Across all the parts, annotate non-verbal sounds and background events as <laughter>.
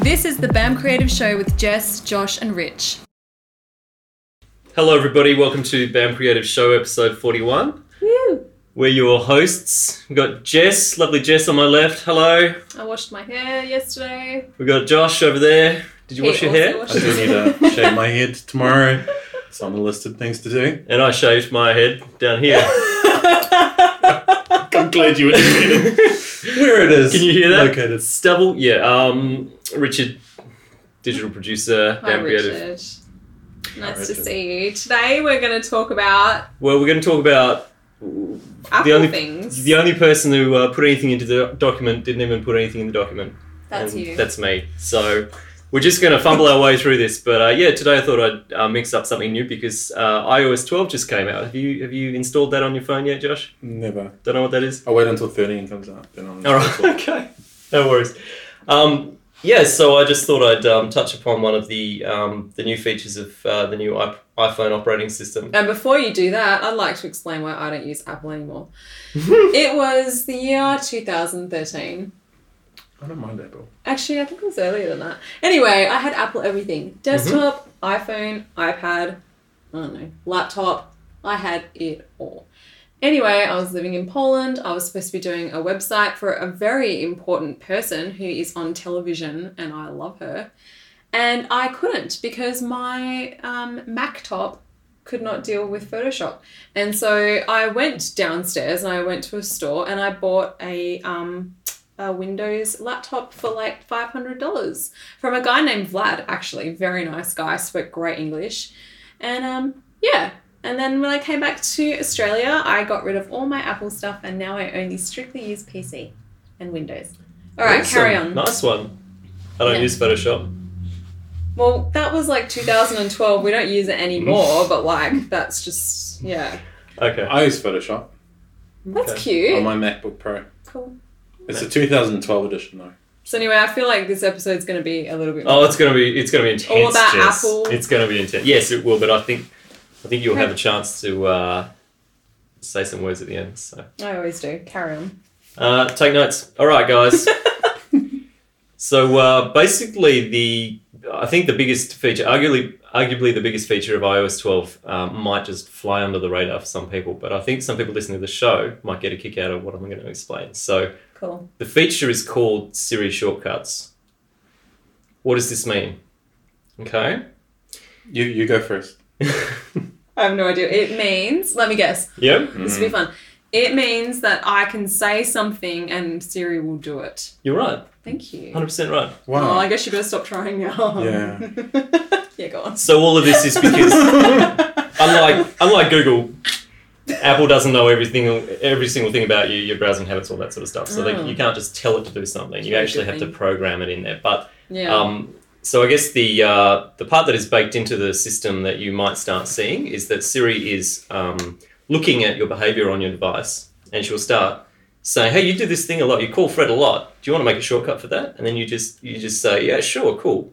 This is the BAM Creative Show with Jess, Josh, and Rich. Hello, everybody. Welcome to BAM Creative Show, episode 41. We're your hosts. We've got Jess, lovely Jess on my left. Hello. I washed my hair yesterday. We've got Josh over there. Did you He wash your also hair? washed I do <laughs> need to shave my head tomorrow. It's on the list of things to do. and I shaved my head <laughs> down here. I'm glad you admitted where it is. Can you hear that? Located. Stubble? Yeah. Um, Richard, digital producer, Hi, BAM Creative. Richard. Nice to Richard. see you. Today we're going to talk about Well, we're going to talk about Apple only- things. the only person who uh, put anything into the document didn't even put anything in the document. That's and you. That's me. So we're just going to fumble our way through this. But uh, yeah, today I thought I'd uh, mix up something new because uh, iOS 12 just came out. Have you have you installed that on your phone yet, Josh? Never. Don't know what that is. I'll wait until 13 comes out. Then I'm All right. okay. No worries. Um, yeah. So I just thought I'd um, touch upon one of the um, the new features of uh, the new iP- iPhone operating system. And before you do that, I'd like to explain why I don't use Apple <laughs> anymore. it was the year 2013. I don't mind Apple. Actually, I think it was earlier than that. Anyway, I had Apple everything desktop, iPhone, iPad, I don't know, laptop. I had it all. Anyway, I was living in Poland. I was supposed to be doing a website for a very important person who is on television, and I love her. And I couldn't because my um, Mac top could not deal with Photoshop. And so I went downstairs and I went to a store and I bought a um, a Windows laptop for like $500 from a guy named Vlad, actually. Very nice guy, spoke great English. And um, yeah. And then when I came back to Australia, I got rid of all my Apple stuff and now I only strictly use PC and Windows. All right, Awesome. carry on. Nice one. I don't Yeah. use Photoshop. Well, that was like 2012. We don't use it anymore, but like that's just, yeah. Okay. I use Photoshop That's Okay. cute. on my MacBook Pro. Cool. It's a 2012 edition though. So anyway, I feel like this episode's going to be a little bit Oh, it's gonna be it's gonna be intense. All about Jess. Apple. It's gonna be intense. Yes, it will. But I think I think you'll have a chance to uh, say some words at the end. So I always do. Carry on. <laughs> uh, take notes. All right, guys. so uh, basically, the I think the biggest feature, arguably arguably the biggest feature of iOS 12, um, might just fly under the radar for some people. But I think some people listening to the show might get a kick out of what I'm going to explain. So cool. the feature is called Siri Shortcuts. What does this mean? Okay. <laughs> You you go first. I have no idea. It means, let me guess. Yep, This will be fun. It means that I can say something and Siri will do it. you're right. Thank you. 100% right. Oh, Wow. I guess you better stop trying now. Yeah. <laughs> yeah, go on. So all of this is because <laughs> unlike unlike Google, Apple doesn't know everything every single thing about you, your browsing habits, all that sort of stuff. So Oh. they, you can't just tell it to do something. You Very actually good have to thing. program it in there. But <laughs> Yeah. um, so I guess the uh, the part that is baked into the system that you might start seeing is that Siri is um, looking at your behavior on your device, and she'll start saying, "Hey, you do this thing a lot. You call Fred a lot. Do you want to make a shortcut for that?" And then you just you just say, "Yeah, sure, cool."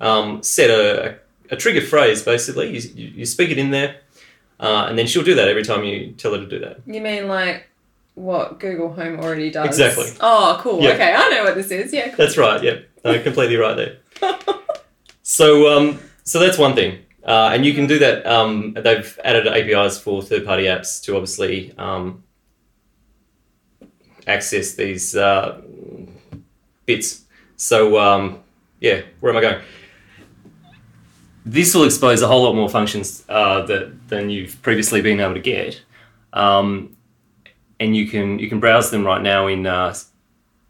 Um, set a, a, a trigger phrase basically. You, you, you speak it in there, uh, and then she'll do that every time you tell her to do that. you mean like what Google Home already does? Exactly. Oh, cool. Yeah. Okay, I know what this is. Yeah, cool. <laughs> That's right. Yep. No, completely right there. So, um, so that's one thing, uh, and you can do that. Um, they've added APIs for third-party apps to obviously um, access these uh, bits. So, um, yeah, where am I going? This will expose a whole lot more functions uh, that than you've previously been able to get, um, and you can you can browse them right now in uh,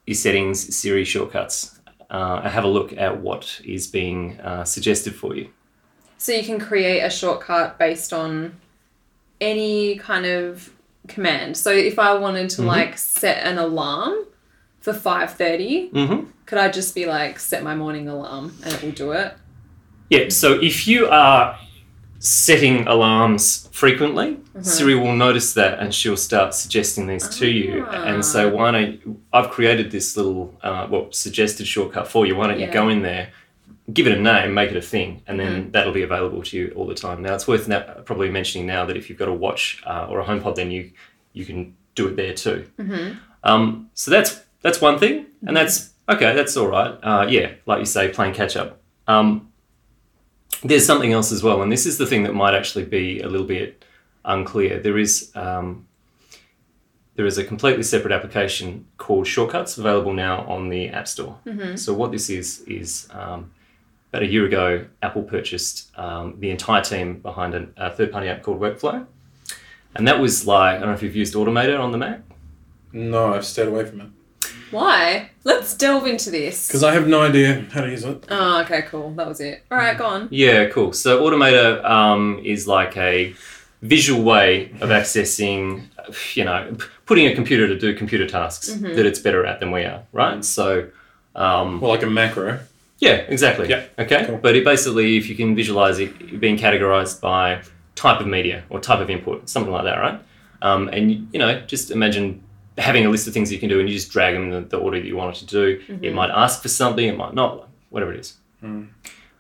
your settings, Siri shortcuts. Uh, have a look at what is being uh, suggested for you. so you can create a shortcut based on any kind of command. So if I wanted Mm-hmm. to like set an alarm for 5:30, Mm-hmm. could I just be like set my morning alarm and it will do it? Yeah, so if you are setting alarms frequently, Siri will notice that and she'll start suggesting these to you. And so, why don't you, I've created this little, uh, well, suggested shortcut for you. Why don't Yeah. you go in there, give it a name, make it a thing, and then that'll be available to you all the time. Now, it's worth na- probably mentioning now that if you've got a watch uh, or a HomePod, then you you can do it there too. Um, so that's that's one thing, and that's Okay, that's all right. Uh, yeah, like you say, playing catch up. Um, there's something else as well, and this is the thing that might actually be a little bit unclear. There is um, there is a completely separate application called Shortcuts available now on the App Store. So what this is is um, about a year ago, Apple purchased um, the entire team behind an, a third party app called Workflow, and that was like I don't know if you've used Automator on the Mac. No, I've stayed away from it Why? Let's delve into this. because I have no idea how to use it. Oh, okay, cool. That was it. All right, go on. Yeah, cool. So Automator um, is like a visual way of accessing, you know, p- putting a computer to do computer tasks that it's better at than we are, right? So, um, Well, like a macro. yeah, exactly. Yeah, Okay. cool. But it basically, if you can visualize it being categorized by type of media or type of input, something like that, right? Um, and, you know, just imagine having a list of things you can do and you just drag them in the, the order that you want it to do. It might ask for something, it might not, whatever it is. Hmm.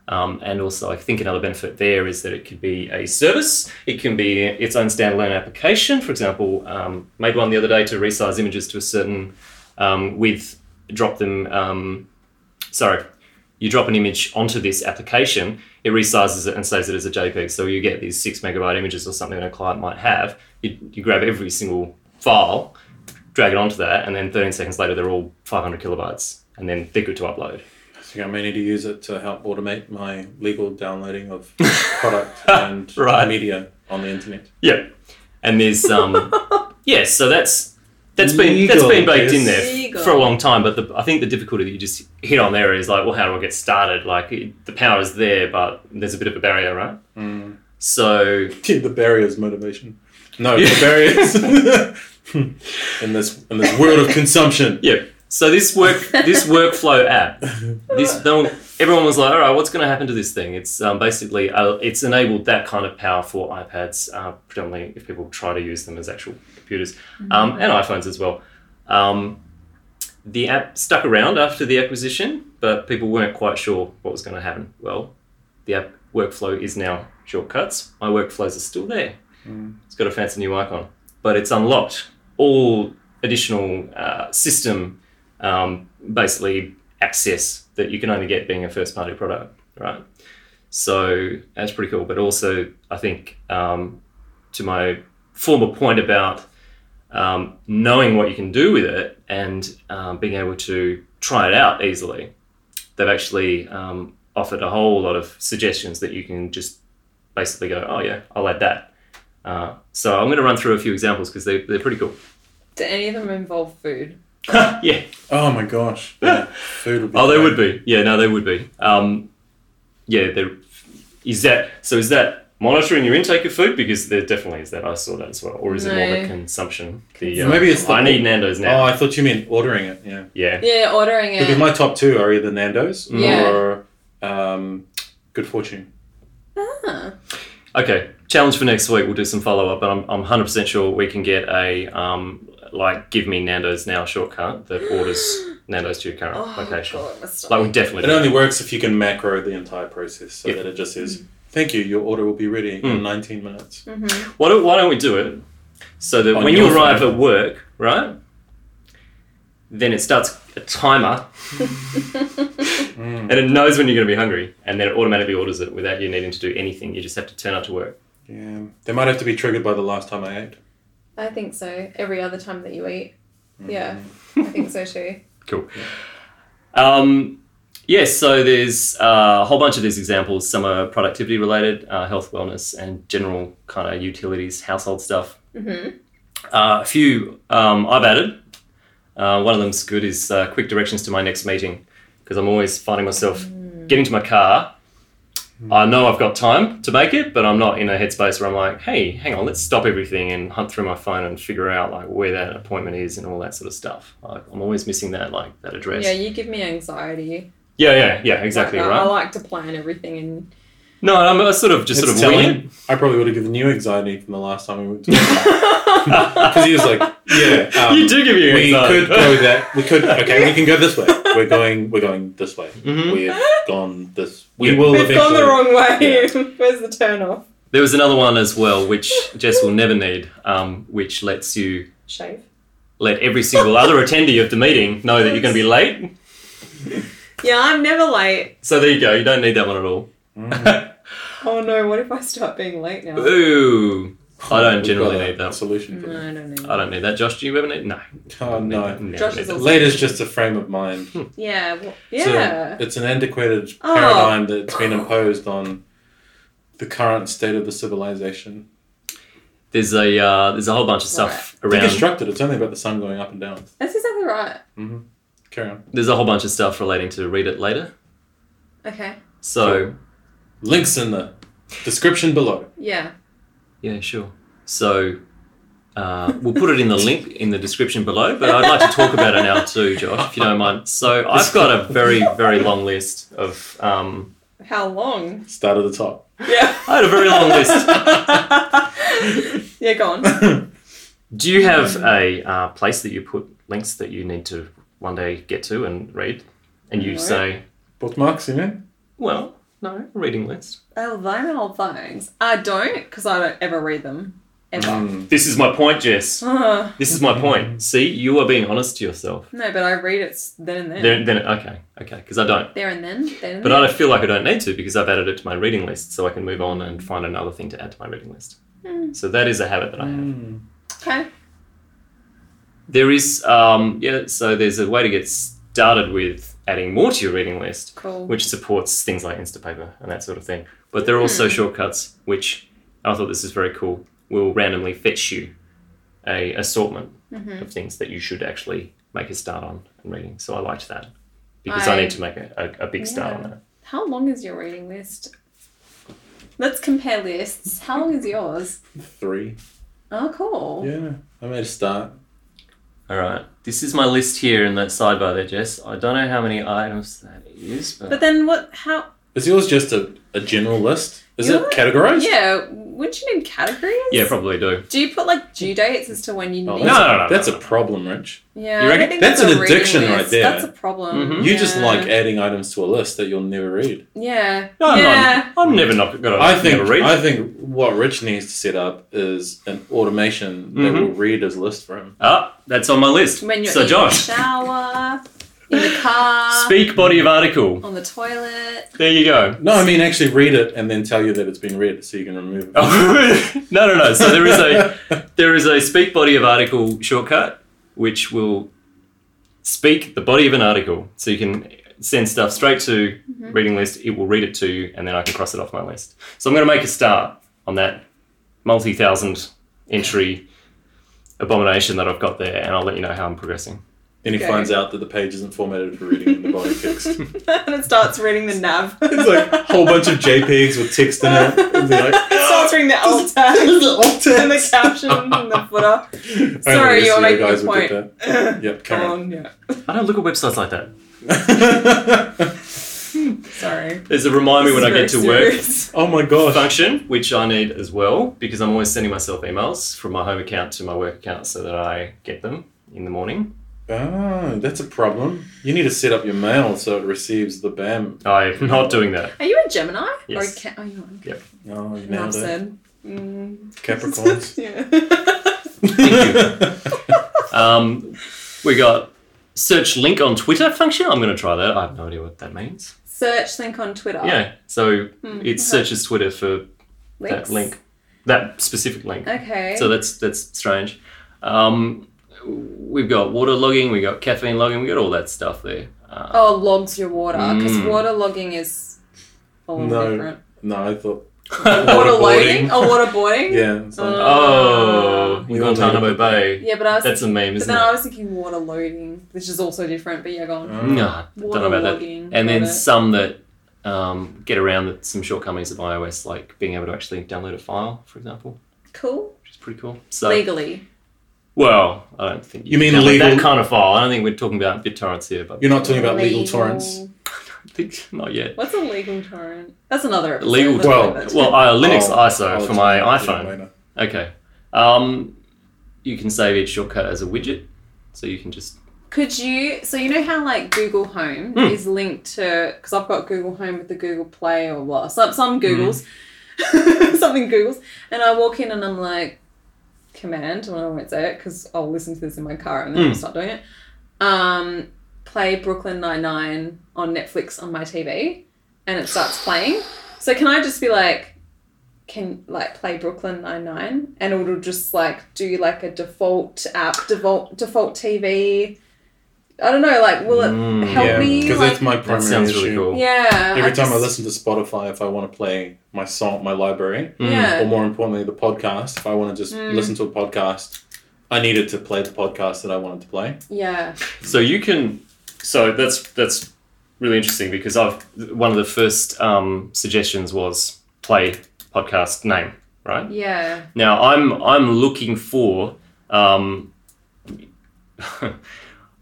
Um, and also, I think another benefit there is that it could be a service. It can be its own standalone application. For example, um, made one the other day to resize images to a certain um, width, drop them. Um, sorry, you drop an image onto this application, it resizes it and saves it as a JPEG. So you get these six megabyte images or something that a client might have. You, you grab every single file, drag it onto that, and then 13 seconds later, they're all 500 kilobytes, and then they're good to upload. I think I may need to use it to help automate my legal <laughs> downloading of product and Right. media on the internet. Yeah. And there's <laughs> um yeah, so that's that's been that's been Legal, baked in yes. there Legal. for a long time, but the, I think the difficulty that you just hit on there is like, well, how do I get started? Like it, the power is there, but there's a bit of a barrier, right? Mm. So the barriers motivation. No, Yeah. the <laughs> barriers. in this in this world of consumption. yeah, so this work this workflow app, this no, one- everyone was like, all right, what's going to happen to this thing? It's um, basically uh, it's enabled that kind of power for iPads, uh, predominantly if people try to use them as actual computers, um, and iPhones as well. Um, the app stuck around after the acquisition, but people weren't quite sure what was going to happen. Well, the app workflow is now shortcuts. My workflows are still there. It's got a fancy new icon, but it's unlocked all additional uh, system, um, basically access that you can only get being a first party product, right? So that's pretty cool. But also, I think um, to my former point about um, knowing what you can do with it and um, being able to try it out easily, they've actually um, offered a whole lot of suggestions that you can just basically go, oh yeah, I'll add that. Uh, so I'm going to run through a few examples because they, they're pretty cool. Do any of them involve food? yeah. Oh my gosh. Yeah, Food would <laughs> be Oh, they great. would be. Yeah, no, they would be. Um, yeah, there is that. So is that monitoring your intake of food because there definitely is that. I saw that as well. Or is it more the No. consumption? The, uh, Maybe it's the- I need Nando's Oh, now. I thought you meant ordering it, yeah. yeah. Yeah, ordering Because it. my top two are either Nando's Yeah. or um, Good Fortune. ah, Okay, challenge for next week. We'll do some follow up, but I'm, I'm 100% sure we can get a, um, like, give me Nando's now shortcut that orders <gasps> Nando's to your current oh location. god, my stomach. Like, we definitely It do. only works if you can macro the entire process so Yeah. that it just Mm. says, Thank you, your order will be ready in 19 minutes. Mm-hmm. Why don't, why don't we do it so that On when you your arrive phone. at work, right? Then it starts a timer <laughs> and it knows when you're going to be hungry, and then it automatically orders it without you needing to do anything. You just have to turn up to work. Yeah. They might have to be triggered by the last time I ate. I think so. Every other time that you eat. Yeah, I think so too. Cool. Um, yes, so there's uh, a whole bunch of these examples. Some are productivity related, uh, health, wellness, and general kind of utilities, household stuff. Mhm. Uh, a few um, I've added. Uh, one of them's good is uh, quick directions to my next meeting because I'm always finding myself Hmm. getting to my car. Hmm. I know I've got time to make it, but I'm not in a headspace where I'm like, hey, hang on, let's stop everything and hunt through my phone and figure out like where that appointment is and all that sort of stuff. I I'm always missing that like that address. Yeah, you give me anxiety. Yeah, yeah, yeah, exactly Like, I- I right. like to plan everything and <laughs> No, I'm I sort of just It's sort of telling. wing I probably would have given you anxiety from the last time we went to <laughs> Because he <laughs> was like, yeah. <laughs> it. um, you do give me We anxiety. could go that. We could. Okay, we can go this way. We're going. We're going this way. Mhm. We've gone this. We Yeah. will we've gone eventually. the wrong way. <laughs> Where's the turn off? <laughs> There was another one as well, which Jess will never need, um, which lets you Shave. <laughs> let every single other attendee of the meeting know that you're going to be late. Yeah, I'm never late. So there you go. You don't need that one at all. Oh no, what if I start being late now? <laughs> Ooh. I don't We've generally got a need that. solution for No, that. I don't know. I don't need that. Josh, do you ever need? No. Oh Never- no. never Josh need is that. also- Late is just a frame <laughs> of mind. Yeah, well, It's a- yeah. it's an antiquated Oh. paradigm that's been imposed on the current state of the civilization. There's a uh, there's a whole bunch of stuff around. Deconstructed. It's only about the sun going up and down. That's exactly right. Carry on. There's a whole bunch of stuff relating to read it later. Okay. So Links in the description below. Yeah. yeah, sure. So uh, we'll put it in the link in the description below. But I'd like to talk about it now too, Josh, if you don't mind. So I've got a very very long list of. Um, How long? Start at the top. Yeah. <laughs> I had a very long list. yeah, go on. Do you have a uh, place that you put links that you need to one day get to and read, and you No. say, Bookmarks, you mean? well, no, a reading list. Oh, vinyl phones. I don't, because I don't ever read them. <laughs> Ever. This is my point, Jess. Ugh. This is my point. See, you are being honest to yourself. no, but I read it s- then and then. There, Then, then okay, okay, because I don't. and then. Then and But then. I don't feel like I don't need to because I've added it to my reading list, so I can move on and find another thing to add to my reading list. So that is a habit that I have. Hmm. Okay. There is, um, yeah. So there's a way to get started with adding more to your reading list, Cool. which supports things like Instapaper and that sort of thing. But there are also Hmm. shortcuts, which I thought this is very cool. Will randomly fetch you a assortment Mm-hmm. of things that you should actually make a start on and reading. So I liked that because I, I- need to make a, a, a big start on Yeah. that. How long is your reading list? Let's compare lists. How long is yours? Three. Oh, cool. Yeah. I made a start. All right, this is my list here in that sidebar there, Jess. I don't know how many items that is, but, But then what? How? Is yours just a, a general list? Is Yours- it categorized? Yeah. Wouldn't you need categories? yeah, probably do. Do you put like due dates as to when you Oh, need? that's, No, no, no, that's no, a no. problem, Rich. Yeah. You I reckon- think That's a an reading addiction right list. there. Mm-hmm. That's a problem. Mhm. You just Yeah. like adding items to a list that you'll never read. Yeah. No, I'm yeah. not- I'm never not gonna. I think never read. I think what Rich needs to set up is an automation that Mhm. will read his list for him. Ah, that's on my list. When you're so, in Josh, the shower, in the <laughs> car, speak body of article. on the toilet. <laughs> There you go. No, I mean actually read it and then tell you that it's been read, so you can remove <laughs> it. no, no, no. Oh, So there is a there is a speak body of article shortcut which will speak the body of an article, so you can send stuff straight to reading list. It will read it to you, and then I can cross it off my list. So I'm going to make a start on that multi thousand entry abomination that I've got there, and I'll let you know how I'm progressing. <laughs> Then he Okay. finds out that the page isn't formatted for reading and the <laughs> body text. It's and it starts reading the nav. like a <laughs> whole bunch of JPEgs with text in it. It'd be like, it starts reading the alt tab <laughs> and the caption and the footer. Sorry, Only you're SEO making a guys would get point. <laughs> that. Yep, Come come on, yeah. I don't look at websites like that. on. <laughs> Sorry. There's a remind me when I get to work. oh my gosh. function, which I need as well because I'm always sending myself emails from my home account to my work account so that I get them in the morning. Ah, that's a problem. You need to set up your mail so it receives the BAM. I'm <laughs> not doing that. Are you a Gemini? Yes. Or a ca- oh, you are. Oh, you Enough nailed it. said. Mm. <laughs> Capricorns. yeah. <laughs> Um, we got search link on Twitter function. I'm going to try that. I have no idea what that means. Search link on Twitter. Yeah, so Mm, it searches Twitter for Links. that link, that specific link. Okay. So that's that's strange. Um, we've got water logging, we got caffeine logging, we got all that stuff there. Uh, oh, logs your water because Mm. water logging is a lot No. different. <laughs> No, I thought. <laughs> Water Ah. Waterboarding. loading? Oh, waterboarding. <laughs> Yeah. it's Uh, like- oh, We all Guantanamo need- Bay. Yeah, but I was. That's a meme, but isn't then it? I was thinking water loading, which is also different. But yeah, go on. Uh, No, Mm. don't know Water about that. logging, And then got it. some that um, get around the, some shortcomings of iOS, like being able to actually download a file, for example, Cool. which is pretty cool. So, Legally. well, I don't think You mean can download legal- that kind of file. I don't think we're talking about BitTorrents here, but <laughs> You're not talking about legal torrents. think not yet. What's a legal torrent? That's another episode. Legal Let's Well, leave it. Well, uh, Linux Oh, ISO I'll for my explain iPhone. later. Okay, um, you can save each shortcut as a widget, so you <laughs> can just Could you? So you know how like Google Hmm. Home is linked to because I've got Google Home with the Google Play or what? Some some Hmm. Googles, <laughs> something Googles, and I walk in and I'm like, Hmm. command. Well, I won't say it because I'll listen to this in my car and then I'll start doing it. Um, play Brooklyn Nine Nine on Netflix on my TV, and it starts playing. So can I just be like, can like play Brooklyn Nine Nine, and it'll just like do like a default app, default default TV. I don't know. Like, will it Mm, help Hmm, yeah, me? because like, that's my That primary sounds issue. really cool. yeah. Every time I just- listen to Spotify, if I want to play my song, my library, Mm. yeah. or more importantly, the podcast, if I want to just Mm. listen to a podcast, I needed to play the podcast that I wanted to play. Yeah. So you can. So that's that's really interesting because I've one of the first um, suggestions was play podcast name right Yeah. now. I'm I'm looking for um, <laughs>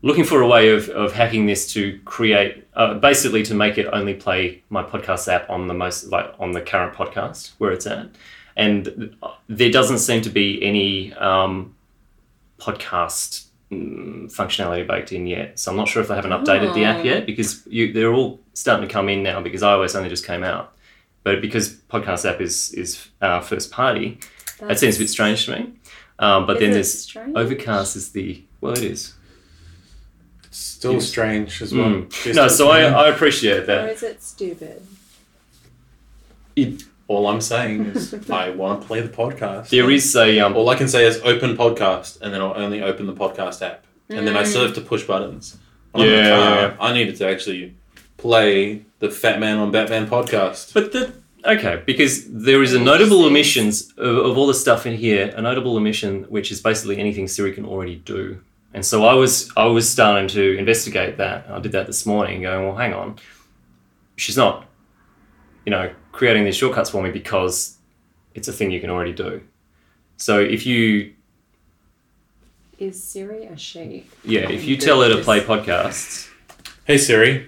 looking for a way of, of hacking this to create uh, basically to make it only play my podcast app on the most like on the current podcast where it's at, and there doesn't seem to be any um, podcast mm, functionality baked in yet. So I'm not sure if they haven't updated the app Oh. yet because you, they're all starting to come in now because iOS only just came out. But because podcast app is is uh, first party, that seems a bit strange to me. Um, but Is then it there's strange? Overcast is the well, it is. It's still Yes. strange as well. Mm. Just No, as- so I, I appreciate Or that. is it stupid? all I'm saying <laughs> is I want to play the podcast. There is a um, All I can say is open podcast, and then I'll only open the podcast app, and then I still Mm. have to push buttons. When I'm in the Yeah, car, yeah, yeah. I needed to actually play the Fat Man on Batman podcast. but the okay because there is a notable omissions of, of all the stuff in here. A notable omission which is basically anything Siri can already do. And so I was I was starting to investigate that. I did that this morning, going, well, hang on, she's not, you know, creating these shortcuts for me because it's a thing you can already do. So if you Is Siri a she? Yeah, if you tell her to play podcasts, Hey Siri,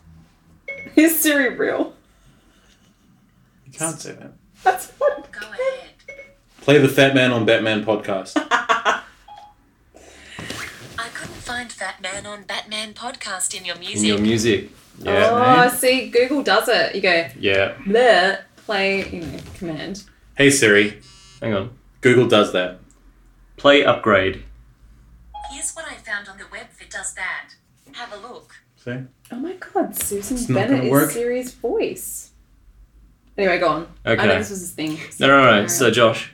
<laughs> Is Siri real? <laughs> you can't say that. That's what. Go ahead. Play the Fat Man on Batman podcast. <laughs> I couldn't find Fat Man on Batman podcast in your in music. your music. oh, Yeah, see, Google does it. You go yeah. there, play, you know, command. hey Siri, Hang on. Google does that. Play upgrade. Here's what I found on the web for Does That. Have a look. See? Oh my God, Susan It's not Bennett gonna is work. Siri's voice. Anyway, go on. I know Okay. this was his thing. No, no, no. So, Josh,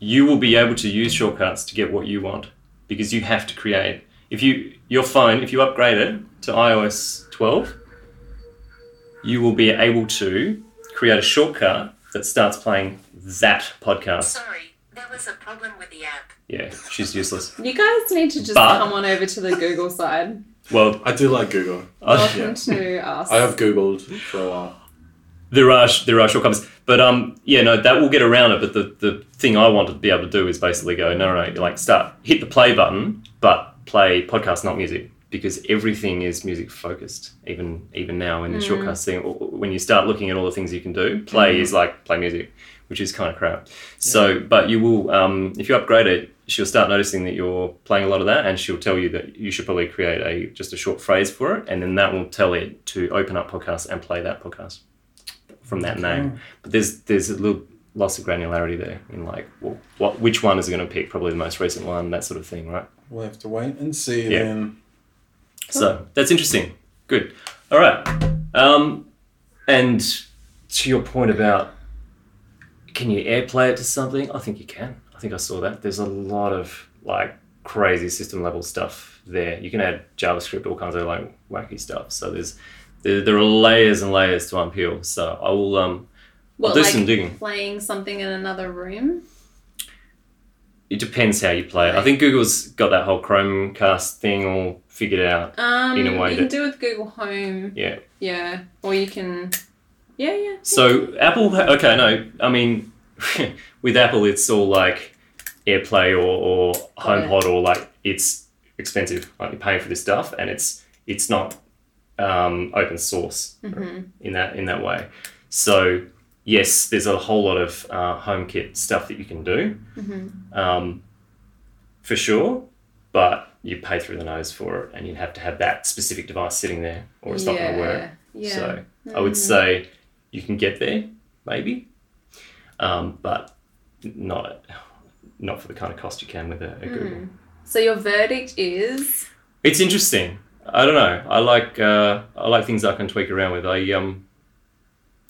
you will be able to use shortcuts to get what you want because you have to create. If you your phone, if you upgrade it to iOS 12, you will be able to create a shortcut that starts playing that podcast. Sorry, there was a problem with the app. Yeah, she's useless. you guys need to just But- come on over to the <laughs> Google side. Well, I do like Google. I, Welcome to us. I have Googled for a while. There are there are shortcomings, but um, yeah, no, that will get around it. But the, the thing I wanted to be able to do is basically go, no, no, no, like start hit the play button, but play podcast, not music, because everything is music focused. Even even now in the shortcast thing, or- or when you start looking at all the things you can do, play is like play music, which is kind of crap. So, but you will um, if you upgrade it, she'll start noticing that you're playing a lot of that, and she'll tell you that you should probably create a just a short phrase for it, and then that will tell it to open up podcast and play that podcast from that name. But there's there's a little loss of granularity there in like well, what which one is it going to pick? Probably the most recent one, that sort of thing, right? We'll have to wait and see Yeah. then. So that's interesting. Good. All right. Um, and to your point about can you airplay it to something? I think you can. I think I saw that. There's a lot of like crazy system level stuff there. You can add JavaScript, all kinds of like wacky stuff. So there's there, there are layers and layers to unpeel. So I will um what, I'll do like some digging. playing something in another room. it depends how you play it. I think Google's got that whole Chromecast thing all figured out. Um, In a way you can that- do with Google Home. Yeah. Yeah, or you can. Yeah, yeah. So Apple, ha- okay, no, I mean, <laughs> with Apple, it's all like AirPlay or, or HomePod or like it's expensive. Like you're paying for this stuff, and it's it's not um, open source in that in that way. So yes, there's a whole lot of uh, HomeKit stuff that you can do, um, for sure. But you pay through the nose for it, and you have to have that specific device sitting there, or it's not going to work. Yeah. So I would say you can get there, maybe, um, but not not for the kind of cost you can with a, a Google. So your verdict is It's interesting. I don't know. I like uh, I like things I can tweak around with. I um,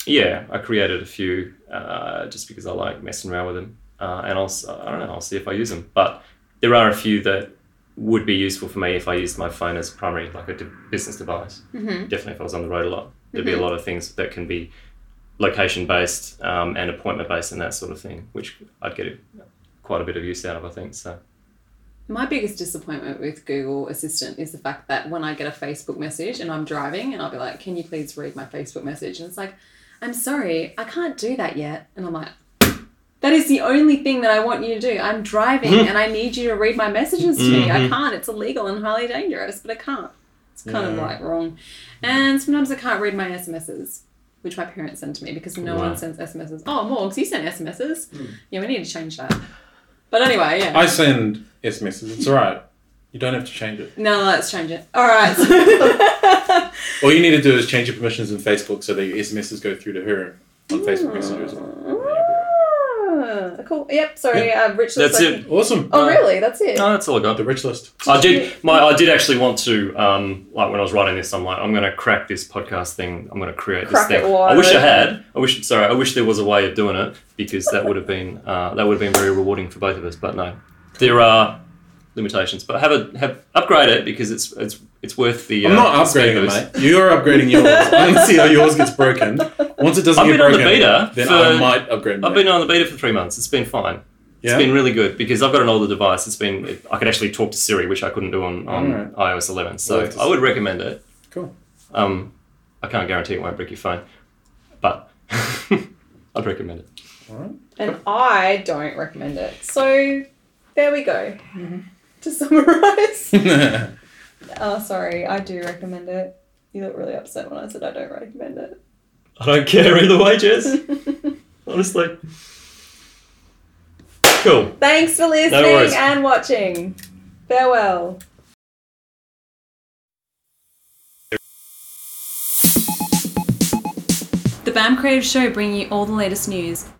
yeah, I created a few uh, just because I like messing around with them, uh, and I'll s- I don't know. I'll see if I use them. But there are a few that would be useful for me if I used my phone as primary, like a de- business device. Mhm. Definitely, if I was on the road a lot, there'd be a lot of things that can be location based um, and appointment based and that sort of thing, which I'd get quite a bit of use out of. I think so. My biggest disappointment with Google Assistant is the fact that when I get a Facebook message and I'm driving and I'll be like, can you please read my Facebook message? And it's like, I'm sorry, I can't do that yet. And I'm like, that is the only thing that I want you to do. I'm driving Hmm. Mhm. and I need you to read my messages to me. I Mm-hmm. Mhm. can't. It's illegal and highly dangerous, but I can't. It's kind of Yeah. like wrong. And sometimes I can't read my SMSs, which my parents send to me because no Wow. one sends SMSs. Oh, Morgs, you send SMSs. Yeah, we need to change that. But anyway, yeah. Hmm. I send SMSs. It's all right. You don't have to change it. No, no, let's change it. All right. so- All you need to do is change your permissions in Facebook so that your SMSs go through to her on Hmm. Facebook messages. Ah, cool. Yep. Sorry, uh, rich. That's looks it. like- Awesome. Uh, Oh, really? That's it. No, that's all I got. The rich list. I did my I did actually want to um, like when I was writing this, I'm like, I'm gonna crack this podcast thing. I'm gonna create Crack this it thing. wide I wish I open. had. I wish sorry. I wish there was a way of doing it because that would have been uh, that would have been very rewarding for both of us. But no, there are limitations. But have a have upgrade it because it's it's it's worth the. I'm uh, not the upgrading speakers. it, mate. You're upgrading <laughs> yours. I'm going to see how yours gets broken. Once it doesn't I've get been on the broken, beta then for- I might upgrade mine. I've been on the beta for three months. It's been fine. Yeah? It's been really good because I've got an older device. It's been I could actually talk to Siri, which I couldn't do on, on Alright. iOS 11. So We'll have to I would recommend it. Cool. Um, I can't guarantee it won't break your phone, but <laughs> I'd recommend it. And I don't recommend it. So there we go. To summarize. <laughs> oh, sorry. I do recommend it. You look really upset when I said I don't recommend it. I don't care either way, <laughs> Jess. Honestly. Cool. Thanks for listening worries. and watching. Farewell. The BAM Creative Show bringing you all the latest news,